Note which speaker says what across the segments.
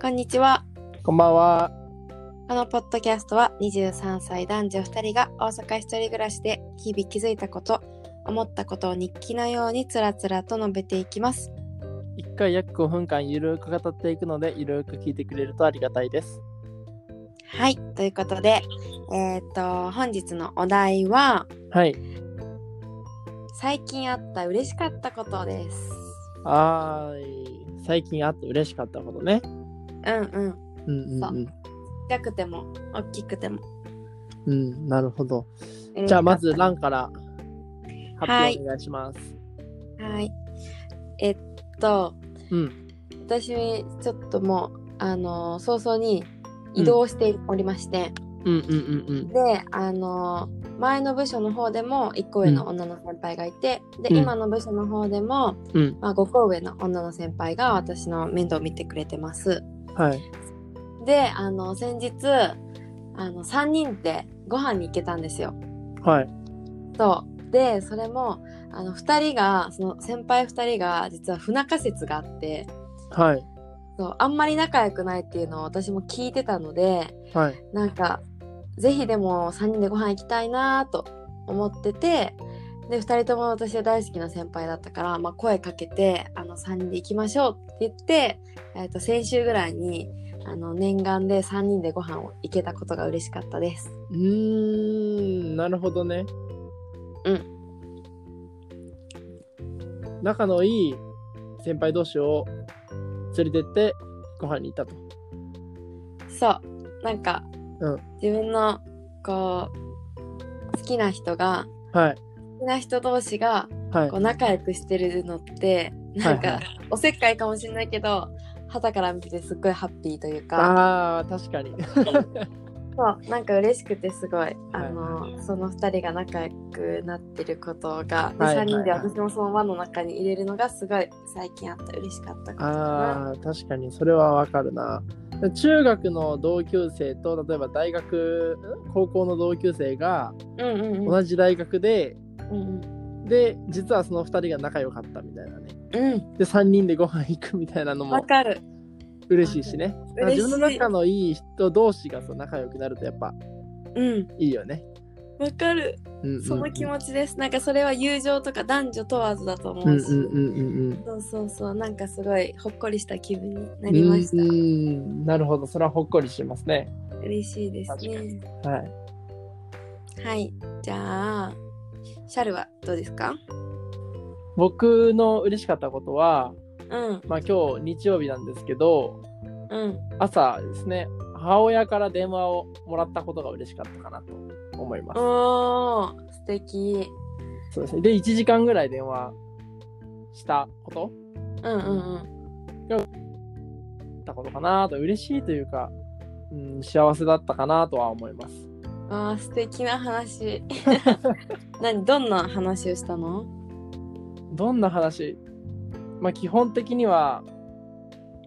Speaker 1: こんにちは。
Speaker 2: こんばんは。
Speaker 1: このポッドキャストは23歳男女2人が大阪一人暮らしで日々気づいたこと、思ったことを日記のようにつらつらと述べていきます。
Speaker 2: 一回約5分間ゆるーく語っていくので、ゆるーく聞いてくれるとありがたいです。
Speaker 1: はい、ということで、えっ、と、本日のお題は、
Speaker 2: はい。
Speaker 1: 最近あった嬉しかったことです。
Speaker 2: あーい。最近あって嬉しかったことね。
Speaker 1: うんうん。ちっ
Speaker 2: うんうんうん。
Speaker 1: ちゃくても、大きくても。
Speaker 2: うん、なるほど。じゃあまずランから発
Speaker 1: はい
Speaker 2: 表お願いします。
Speaker 1: はい。えっと、
Speaker 2: うん。
Speaker 1: 私、ちょっともう、あの、早々に移動しておりまして、
Speaker 2: うんうんうんうん。
Speaker 1: であの前の部署の方でも1個上の女の先輩がいて、で
Speaker 2: うん
Speaker 1: 今の部署の方でも、
Speaker 2: うん。
Speaker 1: まあ、5個上の女の先輩が私の面倒を見てくれてます
Speaker 2: はい。
Speaker 1: であの先日あの3人でご飯に行けたんですよ
Speaker 2: はい。
Speaker 1: そうでそれもあの2人がその先輩2人が実は不仲説があって
Speaker 2: はい。
Speaker 1: そうあんまり仲良くないっていうのを私も聞いてたので
Speaker 2: はい。
Speaker 1: なんかぜひでも3人でご飯行きたいなと思っててで2人とも私は大好きな先輩だったから、まあ、声かけてあの3人で行きましょうって言って、えー、と先週ぐらいにあの念願で3人でご飯を行けたことが嬉しかったです。
Speaker 2: うーん、なるほどね。
Speaker 1: うん。
Speaker 2: 仲のいい先輩同士を連れてってご飯に行ったと。
Speaker 1: そうなんか、
Speaker 2: うん
Speaker 1: 自分のこう好きな人が
Speaker 2: はい。
Speaker 1: 好きな人同士が
Speaker 2: はい
Speaker 1: こう。仲良くしてるのってなん
Speaker 2: はいは
Speaker 1: かおせっかいかもしれないけど旗から見ててすっごいハッピーというか。
Speaker 2: ああー、確 かに。
Speaker 1: そうなんか嬉しくてすごい、あのその2人が仲良くなってることが、で
Speaker 2: はい
Speaker 1: 3人で
Speaker 2: はいはい
Speaker 1: 私もその輪の中に入れるのがすごい最近あった嬉しかったことかな
Speaker 2: ああ、確かに、それはわかるな。中学の同級生と、例えば大学、ん高校の同級生が
Speaker 1: うんうんうん
Speaker 2: 同じ大学で、
Speaker 1: うん
Speaker 2: で、実はその2人が仲良かったみたいなね。
Speaker 1: うん
Speaker 2: で、3人でご飯行くみたいなの
Speaker 1: わ
Speaker 2: も
Speaker 1: かる
Speaker 2: 嬉しいしね。だから
Speaker 1: 嬉しい
Speaker 2: 自分の仲のいい人同士がそう仲良くなるとやっぱ
Speaker 1: うん
Speaker 2: いいよね。
Speaker 1: わかる
Speaker 2: うんうんうん
Speaker 1: その気持ちです、なんかそれは友情とか男女問わずだと思
Speaker 2: うん
Speaker 1: う
Speaker 2: う
Speaker 1: し、
Speaker 2: んうんうんうん。
Speaker 1: そうそうそうなんかすごいほっこりした気分になりました、
Speaker 2: うんうんなるほど、それはほっこりしますね。
Speaker 1: 嬉しいですね
Speaker 2: 確はい。
Speaker 1: はいじゃあシャルはどうですか
Speaker 2: 僕の嬉しかったことは、
Speaker 1: うん
Speaker 2: まあ、今日日曜日なんですけど
Speaker 1: うん
Speaker 2: 朝ですね母親から電話をもらったことが嬉しかったかなと思います、
Speaker 1: おー素敵
Speaker 2: そうですねで1時間ぐらい電話したこと
Speaker 1: うんうんうん
Speaker 2: だったことかなと嬉しいというか、うん、幸せだったかなとは思います
Speaker 1: あー素敵な 話何どんな話をしたの
Speaker 2: どんな話まあ基本的には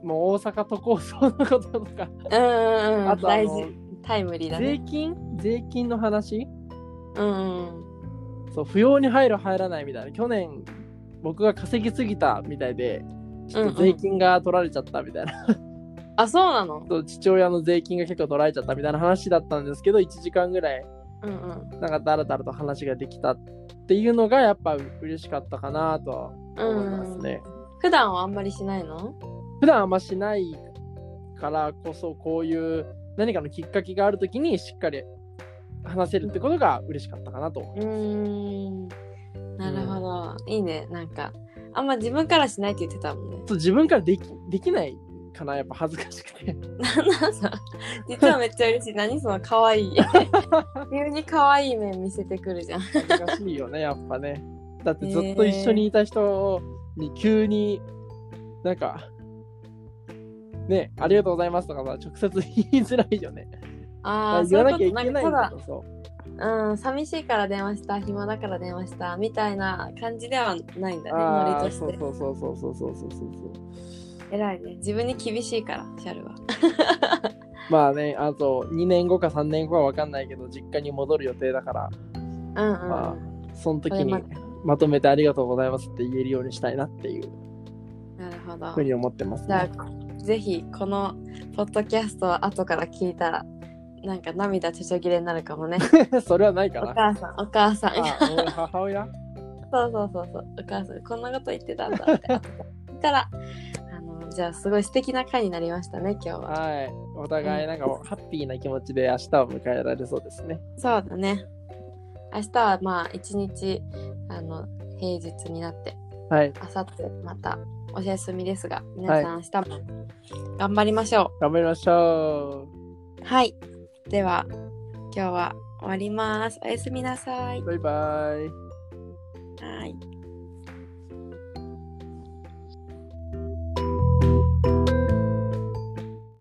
Speaker 2: もう大阪都構想のこととか、
Speaker 1: うんうんうん
Speaker 2: あとあ
Speaker 1: 大
Speaker 2: の
Speaker 1: 事タイムリーだ
Speaker 2: 税
Speaker 1: ね
Speaker 2: 金税金の話
Speaker 1: うんうん
Speaker 2: そう扶養に入る入らないみたいな去年僕が稼ぎすぎたみたいでちょっと税金が取られちゃったみたいな、
Speaker 1: あそうなの
Speaker 2: そう父親の税金が結構取られちゃったみたいな話だったんですけど1時間ぐらい
Speaker 1: うんうん
Speaker 2: なんかだらだらと話ができたっていうのがやっぱ嬉しかったかなとは思いますね、
Speaker 1: 普段はあんまりしないの
Speaker 2: 普段あんましないからこそこういう何かのきっかけがある時にしっかり話せるってことが嬉しかったかなと
Speaker 1: うーんなるほど、いいねなんかあんま自分からしないって言ってたもんね
Speaker 2: そう自分からできできないかなやっぱ恥ずかしくて
Speaker 1: なんだ実はめっちゃ嬉しい何その可愛 い急に可愛い面見せてくるじゃん
Speaker 2: 難しい よねやっぱねだってずっと一緒にいた人に急になんかねありがとうございますとかさ直接言いづらいよね
Speaker 1: ああ
Speaker 2: 言
Speaker 1: そう
Speaker 2: わ
Speaker 1: いう
Speaker 2: な
Speaker 1: こ
Speaker 2: きゃい
Speaker 1: とな
Speaker 2: け
Speaker 1: ん
Speaker 2: な
Speaker 1: かた
Speaker 2: いん
Speaker 1: だ
Speaker 2: だけどそ
Speaker 1: うん、寂しいから電話した、暇だから電話した、みたいな感じではないんだ
Speaker 2: う
Speaker 1: ね、
Speaker 2: あ
Speaker 1: ノ
Speaker 2: ー
Speaker 1: リとし
Speaker 2: そう
Speaker 1: て。
Speaker 2: そうそうそうそうそうそうそう
Speaker 1: 偉いね。自分に厳しいから、シャルは。
Speaker 2: まあねあと2年後か3年後かわかんないけど実家に戻る予定だから
Speaker 1: うんうん。
Speaker 2: その時に
Speaker 1: これ
Speaker 2: まとめてありがとうございますって言えるようにしたいなっていう
Speaker 1: なるほど
Speaker 2: ふう。に思ってます、
Speaker 1: じゃあ
Speaker 2: ね、、
Speaker 1: ぜひこのポッドキャストを後から聞いたらなんか涙ちょちょぎれになるかもね
Speaker 2: それはないか
Speaker 1: お
Speaker 2: な。
Speaker 1: 母さんお母さん
Speaker 2: あ俺母親
Speaker 1: そうそうそうそうお母さんこんなこと言ってたんだって後から聞いたらあのじゃあすごい素敵な回になりましたね今日は
Speaker 2: はい。お互いなんかハッピーな気持ちで明日を迎えられそうですね。
Speaker 1: そうだね明日はまあ一日あの平日になって
Speaker 2: はい。
Speaker 1: 明後日またお休みですが皆さん明日も頑張りましょう
Speaker 2: 頑張りましょ
Speaker 1: はい。では、今日は終わります。おやすみなさい。
Speaker 2: う。バイバイ。
Speaker 1: はい。